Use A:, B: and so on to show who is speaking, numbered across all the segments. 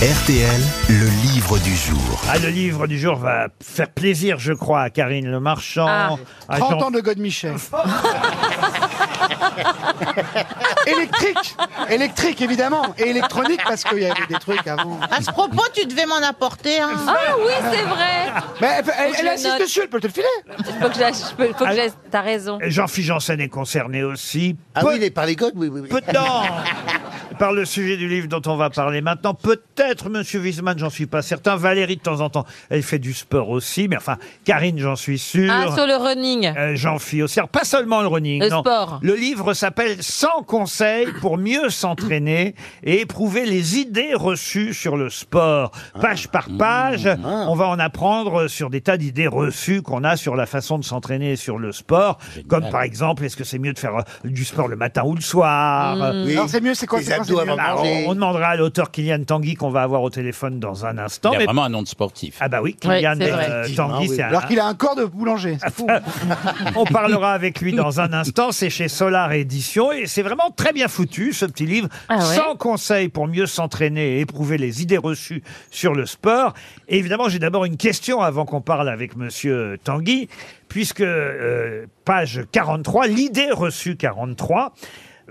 A: RTL, le livre du jour.
B: Ah, le livre du jour va faire plaisir, je crois, à Karine Le Marchand.
C: Ah.
B: à
D: 30
B: Jean-
D: ans de God Michel. électrique, électrique évidemment, et électronique parce qu'il y avait des trucs avant.
E: À ce propos, tu devais m'en apporter un.
C: Ah oui, c'est vrai.
D: Mais elle, peut- elle-
C: je
D: elle
C: le
D: insiste
C: note.
D: dessus, elle peut te le filer.
C: Faut que je la- je peux- faut que je la- T'as raison.
B: Jean-Philippe Janssen est concerné aussi.
F: Ah
B: Peu-
F: oui, les parigotes, oui, oui, oui.
B: peu- non. Par le sujet du livre dont on va parler maintenant, peut-être Monsieur Wiesmann, j'en suis pas certain. Valérie de temps en temps, elle fait du sport aussi, mais enfin Karine, j'en suis sûr.
C: Ah, sur le running.
B: Euh, Jean Fille aussi. Alors, pas seulement le running.
C: Le
B: non.
C: sport.
B: Le livre s'appelle 100 conseils pour mieux s'entraîner et éprouver les idées reçues sur le sport. Page par
G: Ah,
B: page,
G: mmh,
B: on va en apprendre sur des tas d'idées reçues qu'on a sur la façon de s'entraîner et sur le sport. Comme par exemple, est-ce que c'est mieux de faire euh, du sport le matin ou le soir
C: Mmh.
B: Euh,
F: Oui.
D: Non, c'est mieux, c'est quoi,
F: Les
D: c'est quoi,
F: abdos
D: c'est mieux
F: avant
B: alors,
F: manger.
B: on, on demandera à l'auteur Kylian Tanguy qu'on va avoir au téléphone dans un instant.
G: Il y
B: Oh,
G: a
B: Mais-
G: vraiment un nom de sportif.
B: Ah bah oui,
C: Ouais,
B: Kylian
C: c'est vrai.
B: euh, Tanguy, c'est un,
D: Alors qu'il a un corps de boulanger, c'est fou.
B: on parlera avec lui dans un instant. C'est chez Solar Édition et c'est vraiment très bien foutu ce petit livre.
C: Ah ouais
B: 100 conseils pour mieux s'entraîner et éprouver les idées reçues sur le sport. Et évidemment, j'ai d'abord une question avant qu'on parle avec Monsieur Tanguy, puisque euh, page 43, l'idée reçue 43.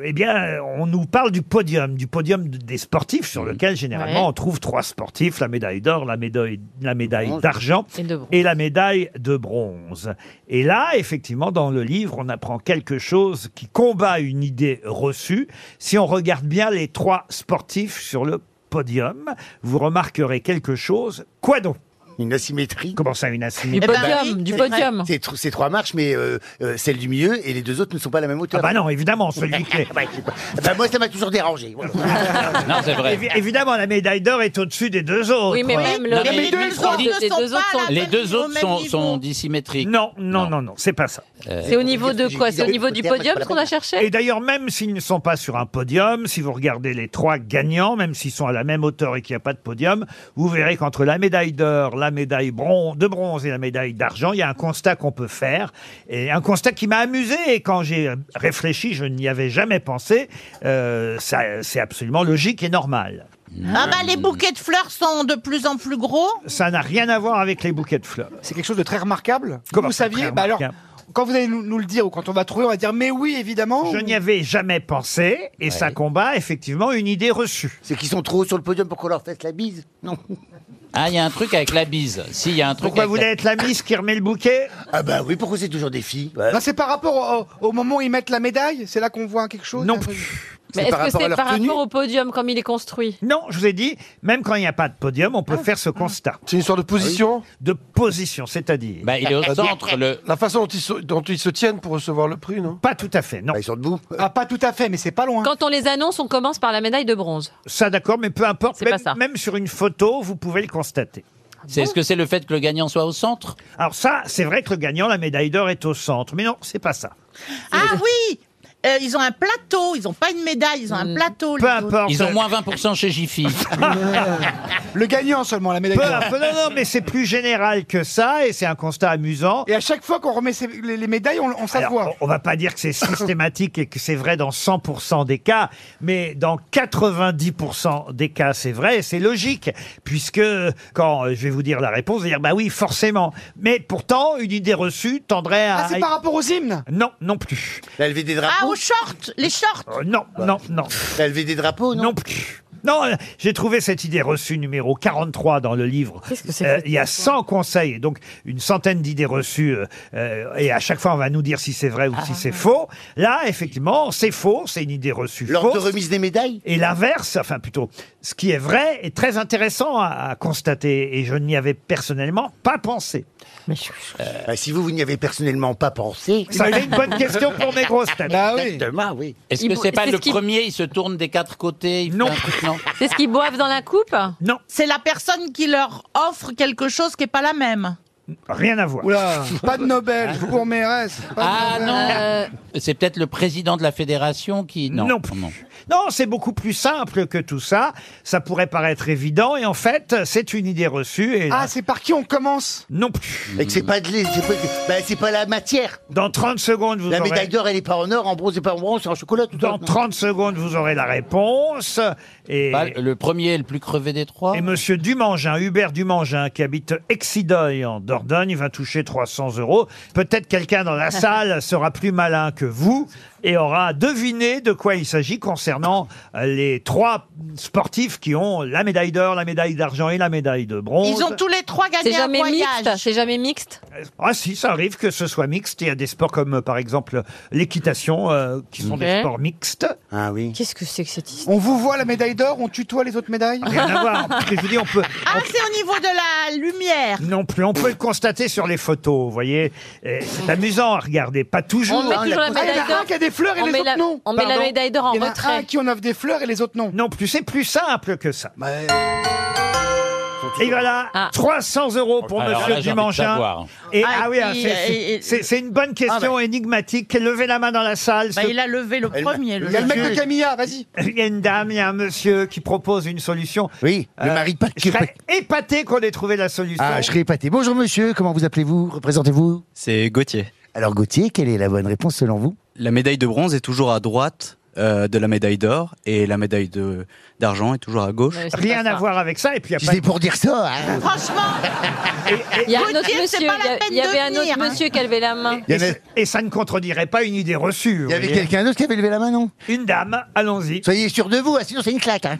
B: Eh bien, on nous parle du podium, du podium de- des sportifs, sur lequel généralement
C: Ouais.
B: on trouve trois sportifs, la médaille d'or, la médaille, la médaille
F: Bronze.
B: d'argent
C: Et de bronze.
B: et la médaille de bronze. Et là, effectivement, dans le livre, on apprend quelque chose qui combat une idée reçue. Si on regarde bien les trois sportifs sur le podium, vous remarquerez quelque chose. Quoi donc
F: Une asymétrie.
B: Comment ça, une
C: Du
B: asymétrie
F: Eh ben
C: podium,
F: oui,
C: du
F: c'est
C: podium.
F: C'est tr- c'est trois marches, mais euh, euh, celle du milieu et les deux autres ne sont pas à la même
B: Ah
F: hauteur.
B: bah non, évidemment, celui qui est...
F: Ah bah, je sais pas. Bah, moi, ça m'a toujours dérangé. Voilà.
B: Ah,
G: Non, c'est vrai.
B: Évi- Évidemment, la médaille d'or est au-dessus des deux autres.
C: Oui, mais même le
G: Non, mais
C: running,
G: les deux
C: les
G: sont-
C: les deux autres sont.
G: Les deux
E: Au
G: autres
E: même
G: sont,
E: niveau.
G: sont dissymétriques.
B: Non, non, non,
G: Non.
B: non, c'est pas ça.
C: C'est au niveau de quoi C'est au niveau du podium ce qu'on a
B: Et
C: cherché
B: d'ailleurs, même s'ils ne sont pas sur un podium, si vous regardez les trois gagnants, même s'ils sont à la même hauteur et qu'il n'y a pas de podium, vous verrez qu'entre la médaille d'or, la médaille bron- de bronze et la médaille d'argent, il y a un constat qu'on peut faire. Et un constat qui m'a amusé. Et quand j'ai réfléchi, je n'y avais jamais pensé. Euh, ça, c'est absolument logique et normal.
E: Ah bah les bouquets de fleurs sont de plus en plus gros.
B: Ça n'a rien à voir avec les bouquets de fleurs.
D: C'est quelque chose de très remarquable.
B: Comment
D: vous
B: ça,
D: saviez
B: très
D: Bah alors,
B: remarquable
D: quand vous allez nous, nous le dire ou quand on va trouver, on va dire mais oui évidemment.
B: Je n'y avais jamais pensé. Et ça combat effectivement une idée reçue.
F: Ceux qui sont trop hauts sur le podium pour qu'on leur fasse la bise. Non.
G: Ah, il y a un truc avec la bise. Si, il y a un truc
B: Pourquoi vous
G: avec
B: voulez être la miss qui remet le bouquet
F: Ah bah oui, pourquoi c'est toujours des filles Ouais.
D: Non, Bah, c'est par rapport au, au moment où ils mettent la médaille, c'est là qu'on voit quelque chose.
B: Non
D: un truc.
C: Mais
F: par
C: est-ce que
F: rapport à
C: c'est
F: leur
C: par
F: tenue
C: rapport au podium comme il est construit
B: Non, je vous ai dit, même quand il n'y a pas de podium, on
C: Ah.
B: peut faire ce constat Ah
H: C'est une histoire de position
B: de position, c'est-à-dire.
G: la- Bah, il est au centre, le...
H: La façon dont ils, se, dont ils se tiennent pour recevoir le prix, non
B: Pas tout à fait, non.
F: Bah, ils sont debout.
D: Ah pas tout à fait, mais c'est pas loin.
C: Quand on les annonce, on commence par la médaille de bronze.
B: Ça, d'accord, mais peu importe.
C: C'est
B: Même,
C: pas ça.
B: même sur une photo, vous pouvez le constater.
G: c'est Est-ce que c'est le fait que le gagnant soit au centre
B: Alors ça, c'est vrai que le gagnant, la médaille d'or, est au centre. Mais non, c'est pas ça.
E: Ah oui Euh, Ils ont un plateau, ils ont pas une médaille, ils ont un plateau.
B: Peu
E: les autres.
B: importe.
G: Ils ont moins 20% chez Jiffy.
D: Le gagnant seulement, la médaille.
B: Peu
D: d'or.
B: importe. Non, non, mais c'est plus général que ça, et c'est un constat amusant.
D: Et à chaque fois qu'on remet ses- les, les médailles, on, on
B: Alors,
D: s'avoue.
B: on on va pas dire que c'est systématique et que c'est vrai dans 100% des cas, mais dans 90% des cas, c'est vrai et c'est logique, puisque quand euh, je vais vous dire la réponse, vous allez dire bah oui, forcément. Mais pourtant, une idée reçue tendrait à...
D: Ah, c'est par rapport aux hymnes
B: Non, non plus.
F: La levée des
E: Ah,
F: drapeaux.
E: aux shorts, les shorts.
B: Euh, non, non, non,
F: La levée des drapeaux, non,
B: non plus. Non, euh, j'ai trouvé cette idée reçue numéro 43 dans le livre.
C: Qu'est-ce que c'est
B: Euh,
C: que
B: Il y a 100 conseils, et donc une centaine d'idées reçues, euh, euh, et à chaque fois on va nous dire si c'est vrai ou
C: Ah.
B: si c'est faux. Là, effectivement, c'est faux, c'est une idée reçue
F: Lors de
B: fausse.
F: remise des médailles.
B: Et l'inverse, enfin plutôt, ce qui est vrai est très intéressant à, à constater, et je n'y avais personnellement pas pensé.
F: Bah, si vous, vous n'y avez personnellement pas pensé.
B: Ça fait une bonne question pour mes grosses têtes.
D: Bah oui.
F: Exactement, oui.
G: Est-ce
C: Il-
G: que c'est pas
C: c'est ce
G: le
C: qui-
G: premier, il se tourne des quatre côtés il fait
B: Non.
G: un truc, non.
C: C'est ce qu'ils boivent dans la coupe
B: Non,
E: C'est la personne qui leur offre quelque chose qui est pas la même.
B: rien à voir.
D: Oula, pas de Nobel, je vous promets, reste. Pas de
G: Ah
D: Nobel.
G: non
C: Euh,
G: C'est peut-être le président de la fédération qui...
B: Non.
G: non.
B: Non, c'est beaucoup plus simple que tout ça. Ça pourrait paraître évident et en fait, c'est une idée reçue et
D: Ah, c'est par qui on commence
B: non plus.
F: Et que c'est pas de l'é- c'est pas, bah, c'est pas la matière.
B: Dans 30 secondes, vous
F: La
B: aurez...
F: médaille d'or, elle est pas en or, en bronze, et pas en bronze, c'est en chocolat tout
B: Dans
F: autant.
B: 30 secondes, vous aurez la réponse. Et,
G: Bah, le premier est le plus crevé des trois.
B: et monsieur Dumangin, Hubert Dumangin, qui habite Exideuil en Dordogne, va toucher 300 euros. Peut-être quelqu'un dans la salle sera plus malin que vous et aura deviné de quoi il s'agit concernant euh, les trois sportifs qui ont la médaille d'or, la médaille d'argent et la médaille de bronze.
E: Ils ont tous les trois
C: C'est
E: gagné un
C: jamais mixte
E: voyage.
C: C'est jamais mixte
B: Ah si, ça arrive que ce soit mixte. Il y a des sports comme euh, par exemple l'équitation euh, qui sont des
C: Ouais.
B: sports mixtes.
F: Ah oui.
C: Qu'est-ce que c'est que cette histoire
D: On vous voit la médaille d'or, on tutoie les autres médailles
C: Ah,
B: Rien à voir. Parce que je vous dis, on peut,
E: Ah, c'est au niveau de la lumière.
B: Non plus, on peut le constater sur les photos, vous voyez. Et C'est amusant à regarder, pas toujours.
C: On met
B: hein.
C: toujours la
D: Ah, il y en
C: médaille
D: a
C: d'or.
D: un qui a des fleurs et
C: On
D: les
C: met
D: autres
C: la-
D: non.
C: on met la
D: Pardon.
C: médaille d'or en
D: Il y en a
C: retrait.
D: un qui en offre des fleurs et les autres non.
B: Non plus, c'est plus simple que ça.
I: Bah,
B: Et voilà,
C: Ah.
B: 300 euros pour
G: Alors
B: Monsieur
G: là, j'ai envie de
B: Dumangin.
G: savoir.
B: Et
E: Ah,
B: ah, oui, ah,
E: puis,
B: c'est-
E: euh, et-
B: c'est
E: et-
B: c'est- c'est une bonne question énigmatique. Levez la main dans la salle.
E: Bah,
B: ceux-
E: il a levé le premier. Le
D: Il y a le mec de
E: monsieur.
D: Camilla, vas-y.
B: Il y a une dame, il y a un monsieur qui propose une solution.
F: Oui, le
B: Euh,
F: mari pas
B: Je serais épaté qu'on ait trouvé la solution.
F: Ah, je serais épaté. Bonjour monsieur, comment vous appelez-vous Représentez-vous
I: C'est Gauthier.
F: Alors Gauthier, quelle est la bonne réponse selon vous
I: La médaille de bronze est toujours à droite euh, de la médaille d'or et la médaille de- d'argent est toujours à gauche.
C: Ouais, c'est
B: Rien
C: pas
B: à
C: ça.
B: voir avec ça. Et puis, il y a
F: Je
B: pas
F: dis pour dire ça. hein.
E: Franchement,
C: Il y a un autre
E: Gauthier, c'est
C: monsieur,
E: pas la
C: il y a-
E: peine
C: il y
E: de
C: avait un
E: venir,
C: autre
E: hein.
C: monsieur qui a levé la main.
F: Il y
B: Et,
F: en a-
B: c'est- et ça ne contredirait pas une idée reçue. vous
F: Il y avait
B: voyez.
F: quelqu'un d'autre qui avait levé la main, non
B: Une dame, allons-y.
F: Soyez sûr de vous, hein, sinon c'est une claque. hein.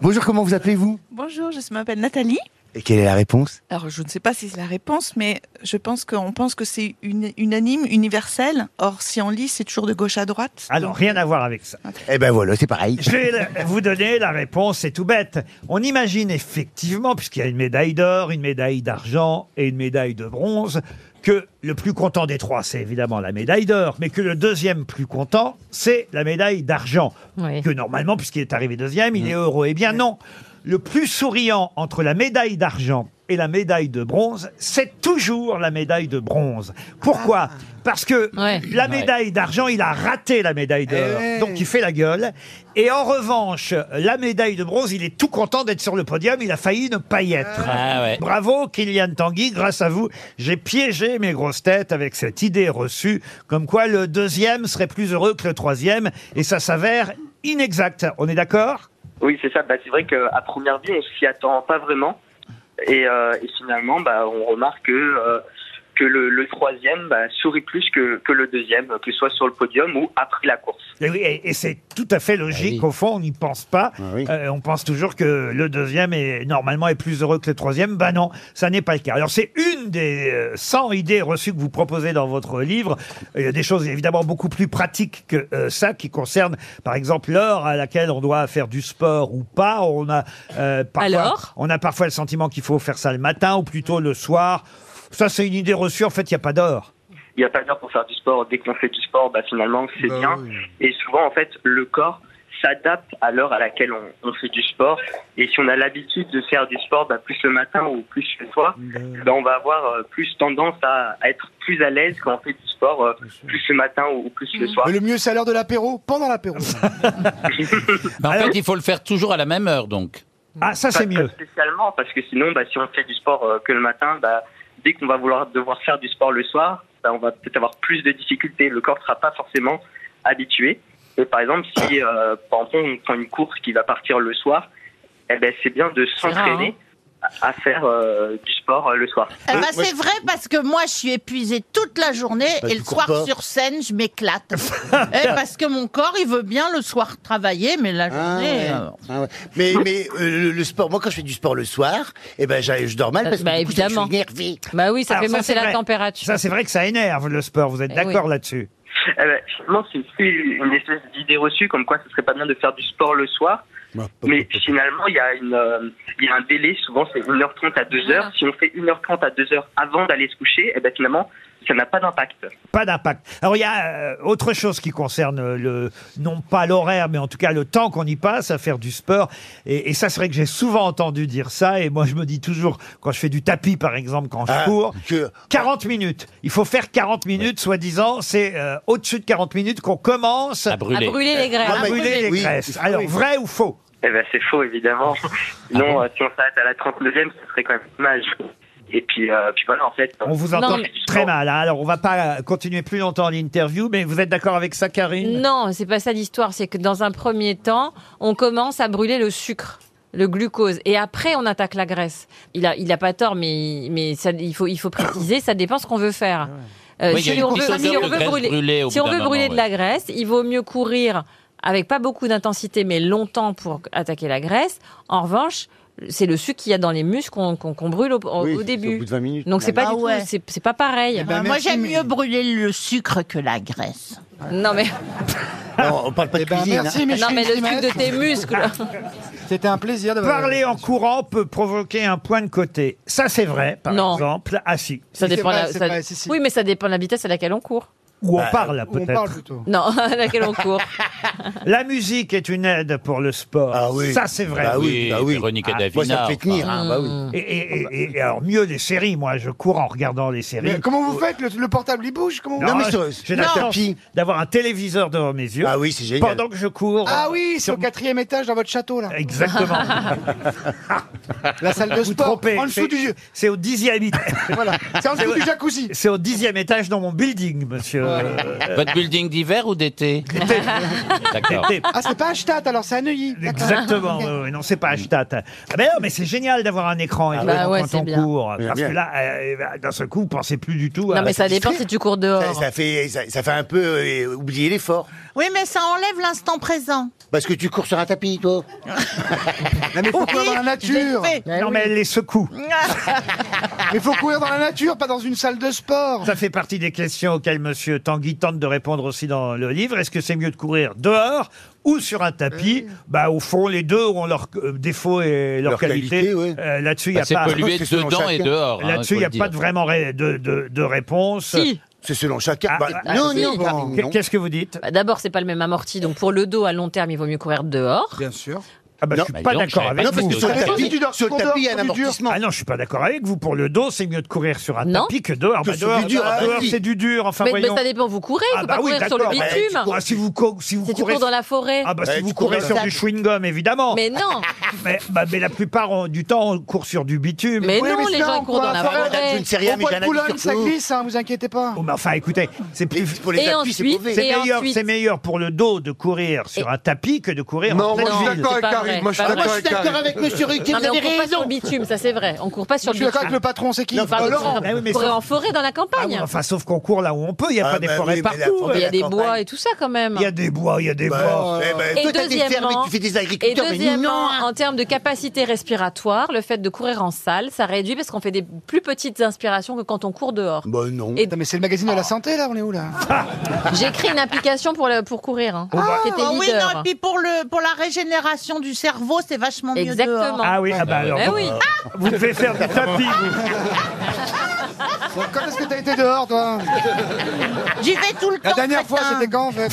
F: Bonjour, comment vous appelez-vous
J: Euh,
K: Bonjour, je m'appelle Nathalie.
F: Et quelle est la réponse
K: Alors, je ne sais pas si c'est la réponse, mais je pense qu'on pense que c'est une- unanime, universel. Or, si on lit, c'est toujours de gauche à droite.
B: Alors, rien à voir avec ça.
F: Eh ben voilà, c'est pareil.
B: Je vais la- vous donner la réponse, c'est tout bête. On imagine effectivement, puisqu'il y a une médaille d'or, une médaille d'argent et une médaille de bronze, que le plus content des trois, c'est évidemment la médaille d'or, mais que le deuxième plus content, c'est la médaille d'argent.
C: Oui.
B: Que normalement, puisqu'il est arrivé deuxième, il est heureux. Eh bien non, le plus souriant entre la médaille d'argent et la médaille de bronze, c'est toujours la médaille de bronze. Pourquoi Parce que
C: Ah. Ouais.
B: la médaille d'argent, il a raté la médaille
G: Eh
B: d'or. Donc il fait la gueule. Et en revanche, la médaille de bronze, il est tout content d'être sur le podium. Il a failli ne pas y être.
G: Ah ouais.
B: Bravo Kylian Tanguy, grâce à vous, j'ai piégé mes grosses têtes avec cette idée reçue comme quoi le deuxième serait plus heureux que le troisième et ça s'avère inexact. On est d'accord
J: Oui, c'est ça. Bah, c'est vrai qu'à première vue, on s'y attend pas vraiment. Et, euh, et finalement, bah, on remarque que, euh, que le, le troisième bah, sourit plus que, que le deuxième, que ce soit sur le podium ou après la course.
B: et, oui, et- et c'est tout à fait logique.
G: Ah oui. Ah
B: Au fond, on n'y pense pas.
F: oui.
B: Euh, on pense toujours que le deuxième est normalement est plus heureux que le troisième. Ben non, ça n'est pas le cas. Alors c'est une des euh, 100 idées reçues que vous proposez dans votre livre. Il y a des choses évidemment beaucoup plus pratiques que euh, ça qui concernent par exemple l'heure à laquelle on doit faire du sport ou pas. On a euh, parfois
C: Alors
B: on a parfois le sentiment qu'il faut faire ça le matin ou plutôt le soir. Ça c'est une idée reçue. En fait, il n'y a pas d'heure.
J: Il n'y a pas d'heure pour faire du sport. Dès qu'on fait du sport, bah, finalement, c'est bien.
D: Euh,
J: Et souvent, en fait, le corps s'adapte à l'heure à laquelle on, on fait du sport. Et si on a l'habitude de faire du sport bah, plus le matin ou plus le soir, bah, on va avoir euh, plus tendance à, à être plus à l'aise quand on fait du sport euh, plus le matin ou, ou plus le soir.
D: Mais le mieux, c'est à l'heure de l'apéro, pendant l'apéro.
G: Mais en
B: Alors-
G: fait, il faut le faire toujours à la même heure, donc.
B: Ah ça
J: Pas-
B: c'est mieux.
J: Pas spécialement, parce que sinon, bah, si on fait du sport euh, que le matin, bah, dès qu'on va vouloir devoir faire du sport le soir, bah, on va peut-être avoir plus de difficultés. Le corps ne sera pas forcément habitué. Et par exemple, si euh, par exemple, on prend une course qui va partir le soir, eh ben, c'est bien de s'entraîner à à faire euh, du sport euh, le soir.
E: eh ben, c'est vrai parce que moi, je suis épuisée toute la journée
F: Bah,
E: et
F: tu
E: le
F: cours
E: soir
F: pas.
E: sur scène, je m'éclate. Eh, parce que mon corps, il veut bien le soir travailler, mais la
F: Ah
E: journée.
F: ouais,
E: euh,
F: ah ouais. Mais, mais euh, le, le sport, moi quand je fais du sport le soir, eh ben, j'a- je dors mal parce que
C: Bah,
F: du coup, je-
C: évidemment.
F: je suis énervé.
C: Bah oui, ça
B: Alors,
C: fait monter
B: c'est
C: la
B: vrai.
C: température.
B: Ça c'est vrai que ça énerve le sport. Vous êtes
C: Eh
B: d'accord là-dessus
J: Eh ben, finalement, c'est aussi une espèce d'idée reçue comme quoi ce serait pas bien de faire du sport le soir.
D: Bah,
J: Mais finalement, il y, a une, euh, il y a un délai, souvent c'est 1h30 à 2h.
C: Voilà.
J: Si on fait 1h30 à 2h avant d'aller se coucher, eh ben finalement, ça n'a pas d'impact.
B: Pas d'impact. Alors il y a euh, autre chose qui concerne euh, le non pas l'horaire, mais en tout cas le temps qu'on y passe à faire du sport. Et, et ça, c'est vrai que j'ai souvent entendu dire ça. Et moi, je me dis toujours quand je fais du tapis, par exemple, quand je
F: Ah,
B: cours,
F: que-
B: 40 minutes. Il faut faire 40 minutes, soi-disant. C'est euh, au-dessus de 40 minutes qu'on commence à
G: brûler.
C: À brûler les graisses.
B: À
C: À
B: brûler les
C: brûler.
F: Ah, bah, Oui,
B: graisses.
F: il faut-
B: Alors
F: oui.
B: vrai ou faux
J: Eh ben c'est faux évidemment. non, euh, si on s'arrête à la 39e, ce serait quand même dommage. Et puis, euh, puis voilà en fait.
B: On vous entend
C: mais-
B: très mal. hein. Alors, on va pas continuer plus longtemps l'interview, mais vous êtes d'accord avec ça, Karine
C: Non, c'est pas ça l'histoire. C'est que dans un premier temps, on commence à brûler le sucre, le glucose, et après on attaque la graisse. Il a, il a pas tort, mais, mais ça, il faut, il faut préciser. Ça dépend ce qu'on veut faire. Euh,
G: Oui, il y a une petite odeur de graisse brûlée au
C: si
G: bout
C: on
G: d'un
C: veut
G: moment,
C: brûler de
G: ouais.
C: la graisse, il vaut mieux courir avec pas beaucoup d'intensité, mais longtemps pour attaquer la graisse. En revanche, c'est le sucre qu'il y a dans les muscles qu'on qu'on- qu'on brûle au, au-
L: Oui,
C: au
L: c'est Au
C: début.
L: bout de 20 minutes.
C: Donc c'est pas
E: Ah
C: du tout-
E: ouais.
C: c'est c'est pas pareil.
D: ben,
E: Moi,
D: merci,
E: j'aime
D: mais-
E: mieux brûler le sucre que la graisse.
C: Non mais
F: Non, on parle pas de
D: Eh ben,
F: cuisine. hein.
D: merci, Micheline
C: non mais le
D: Simas.
C: sucre de tes muscles.
D: C'était un plaisir de
B: Parler en courant peut provoquer un point de côté. Ça, c'est vrai, par
C: Non.
B: exemple. Ah si.
C: Ça
D: Si, c'est
C: dépend
D: vrai,
C: la-
D: c'est
C: ça-
D: vrai, si, si.
C: Oui, mais ça dépend de la vitesse à laquelle on court.
B: Ou on
F: Bah,
B: parle,
D: On parle
B: peut-être.
D: plutôt.
C: Non, à laquelle on court.
B: La musique est une aide pour le sport.
F: Ah oui.
B: Ça, c'est vrai.
F: Bah oui, bah oui.
G: Véronique
F: Ah, moi, ça
G: Davina,
F: me fait tenir. hein, bah oui.
B: Et, et- et- et alors, mieux les séries. Moi, je cours en regardant les séries.
D: Mais comment vous faites le, le portable, il bouge comment vous-
F: Non, mais
B: moi,
F: sur-
B: j'ai la
F: non.
B: chance d'avoir un téléviseur devant mes yeux
F: Ah oui, c'est génial.
B: pendant que je cours.
D: Ah oui, c'est
B: Sur-
D: au quatrième étage dans votre château, là.
B: Exactement.
D: La salle de
B: Vous
D: sport.
B: trompez.
D: En dessous
B: C'est-
D: du jeu.
B: C'est au dixième étage.
D: Voilà. C'est en dessous du jacuzzi.
B: C'est au dixième étage dans mon building, monsieur. Euh,
G: Votre building d'hiver ou d'été D'accord.
B: T'es-
D: Ah, c'est pas un stat, alors c'est un Neuilly. D'accord.
B: Exactement, oui, oui, non, c'est pas Ashtat. Ah ben non, mais c'est génial d'avoir un écran évidemment,
C: Bah ouais,
B: quand
C: c'est
B: on
C: bien.
B: court.
F: Bien,
B: Parce
F: bien.
B: que là, euh, euh, d'un seul coup, vous pensez plus du tout à.
C: Non, mais ça dépend
F: distrait.
C: si tu cours dehors.
F: Ça, ça fait, ça, ça fait un peu euh, oublier l'effort.
E: Oui, mais ça enlève l'instant présent.
F: Parce que tu cours sur un tapis, toi.
D: Non, mais faut courir dans la nature.
E: J'ai fait.
B: Non,
C: Ah
B: mais elle les secoue.
D: Mais faut courir dans la nature, pas dans une salle de sport.
B: Ça fait partie des questions auxquelles monsieur Tanguy tente de répondre aussi dans le livre. Est-ce que c'est mieux de courir dehors ou sur un tapis Bah, au fond, les deux ont leurs euh, défauts et leurs
F: Leurs
B: qualités.
F: qualités, oui.
B: Euh, Là-dessus, il n'y
G: Bah,
B: a
G: c'est
B: pas.
G: pollué
F: c'est selon
G: dedans et
F: chacun.
G: dehors. hein,
B: Là-dessus, il
G: faut
B: n'y a
G: le
B: pas
G: dire.
B: de vraiment ré- de, de- de réponse.
C: Si.
F: C'est selon chacun.
B: Ah,
F: Bah,
B: ah,
F: non,
C: si.
F: non, Karine,
B: Qu'est-
F: non.
B: Qu'est-ce que vous dites
C: Bah, D'abord, c'est pas le même amorti, donc pour le dos à long terme, il vaut mieux courir dehors.
D: Bien sûr.
B: Ah bah,
F: Non.
B: je suis
G: Bah,
B: pas
G: dis donc, je
B: d'accord
G: savais
B: avec
F: Non,
G: pas
B: vous.
F: parce que sur le
D: Ça dépend
F: tapis,
D: si tu dors
F: sur le
D: sur
F: tapis, il y a
D: ton
F: un
D: dehors ou du dur.
F: amortissement.
B: Ah non, je suis pas d'accord avec vous. Pour le dos, c'est mieux de courir sur un
C: Non.
B: tapis que dehors.
F: Que
B: Bah,
F: sur
B: dehors,
F: du dur,
B: dehors,
F: un
B: dehors,
F: tapis.
B: c'est du dur. Enfin,
C: mais, mais
B: voyons.
C: ça dépend, vous courez, il
B: Ah
C: faut
B: bah
C: pas
B: oui,
C: courir sur le
B: d'accord. Bah,
C: bitume.
B: Ah, si vous, cou- si vous
C: Si tu
B: courez,
C: cours dans la forêt.
B: ah bah,
F: Bah,
B: si
F: tu
B: vous
F: cours
B: courez
F: dans
B: sur
F: la-
B: du chewing-gum, évidemment.
C: Mais non,
B: Mais, bah, mais la plupart ont- du temps, on court sur du bitume.
C: mais
D: Oui,
C: non,
D: mais
C: les
D: ça,
C: gens
D: on
C: ils courent
D: court
C: dans
D: à
C: la
D: la forêt,
C: forêt.
F: Ah, Je ne sais
D: Au
F: rien, mais
D: bois
F: j'ai un
D: de
F: avis
D: Boulogne, ça
F: sur tout.
D: glisse, hein, vous inquiétez pas.
B: Oh, mais enfin, écoutez, c'est
F: Mais
B: plus...
F: pour les
C: Et
F: tapis, c'est
C: ensuite-
F: mauvais.
B: C'est
C: Et
B: meilleur,
C: ensuite-
B: c'est meilleur pour le dos de courir sur
C: Et-
B: un tapis que de courir en
H: Non, moi
B: pleine
H: je suis
C: Non,
B: ville.
H: d'accord
C: c'est
H: avec
C: pas
H: Karine.
C: vrai,
H: Moi je
C: pas
D: Bah,
H: suis
C: vrai.
H: d'accord avec Karine.
F: Monsieur Ruquier,
C: Non, mais on court pas sur le bitume, ça c'est vrai. On court pas sur le
D: Je suis d'accord avec
C: bitume.
D: le patron, c'est qui Euh,
F: Non,
C: Enfin,
F: Ah,
C: on
F: Laurent.
C: court-
B: Ah oui, mais
C: courir
B: ça-
C: en forêt dans la
B: Ah oui,
C: campagne.
B: enfin, sauf qu'on court là où on peut, il n'y a
F: Ah
B: pas des
F: bah
B: forêts
F: oui, mais la
B: partout.
F: forêt-
C: Il y a des
F: la
C: bois
F: campagne.
C: et tout ça quand même.
B: Il y a des bois, il y a des bois.
F: Bah, eh ben,
C: Et
F: toi, t'as des fermes et
C: deuxièmement-
F: tu fais des
C: Et
F: agriculteurs, mais nous,
C: deuxièmement,
F: non.
C: en termes de capacité respiratoire, le fait de courir en salle, ça réduit parce qu'on fait des plus petites inspirations que quand on court dehors.
F: Bah non.
C: Et-
D: Putain, mais c'est le magazine de la santé, là, on est où, là
C: J'ai créé une application pour, le- pour courir, hein, qui était
E: Ah oui,
C: leader.
E: non, et puis pour, le, pour la régénération du cerveau, c'est vachement mieux
C: Exactement.
E: dehors.
B: Ah oui, ah bah alors,
C: Eh
B: vous-
C: oui.
B: vous devez faire du tapis, vous.
D: Bon, Quand est-ce que t'as été dehors, toi
E: J'y vais tout le temps.
D: La dernière fois,
E: crétin.
D: c'était quand, en fait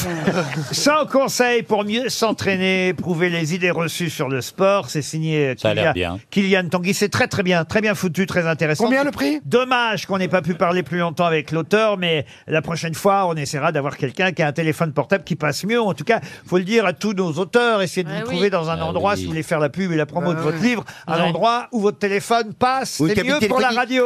B: 100 conseils pour mieux s'entraîner, prouver les idées reçues sur le sport. C'est signé
G: Ça a
B: Kylian,
G: l'air bien.
B: Kylian Tanguy. C'est très très bien, très bien foutu, très intéressant.
D: Combien le prix
B: Dommage qu'on n'ait pas pu parler plus longtemps avec l'auteur, mais la prochaine fois, on essaiera d'avoir quelqu'un qui a un téléphone portable qui passe mieux. En tout cas, faut le dire à tous nos auteurs, essayez de
C: Ah
B: vous
C: oui.
B: trouver dans un
G: Ah
B: endroit,
G: oui.
B: si vous voulez faire la
D: Bah
B: pub et la promo de votre livre, un
C: Ouais.
B: endroit où votre téléphone passe.
F: Ou une
B: C'est
F: cabine
B: mieux pour la radio.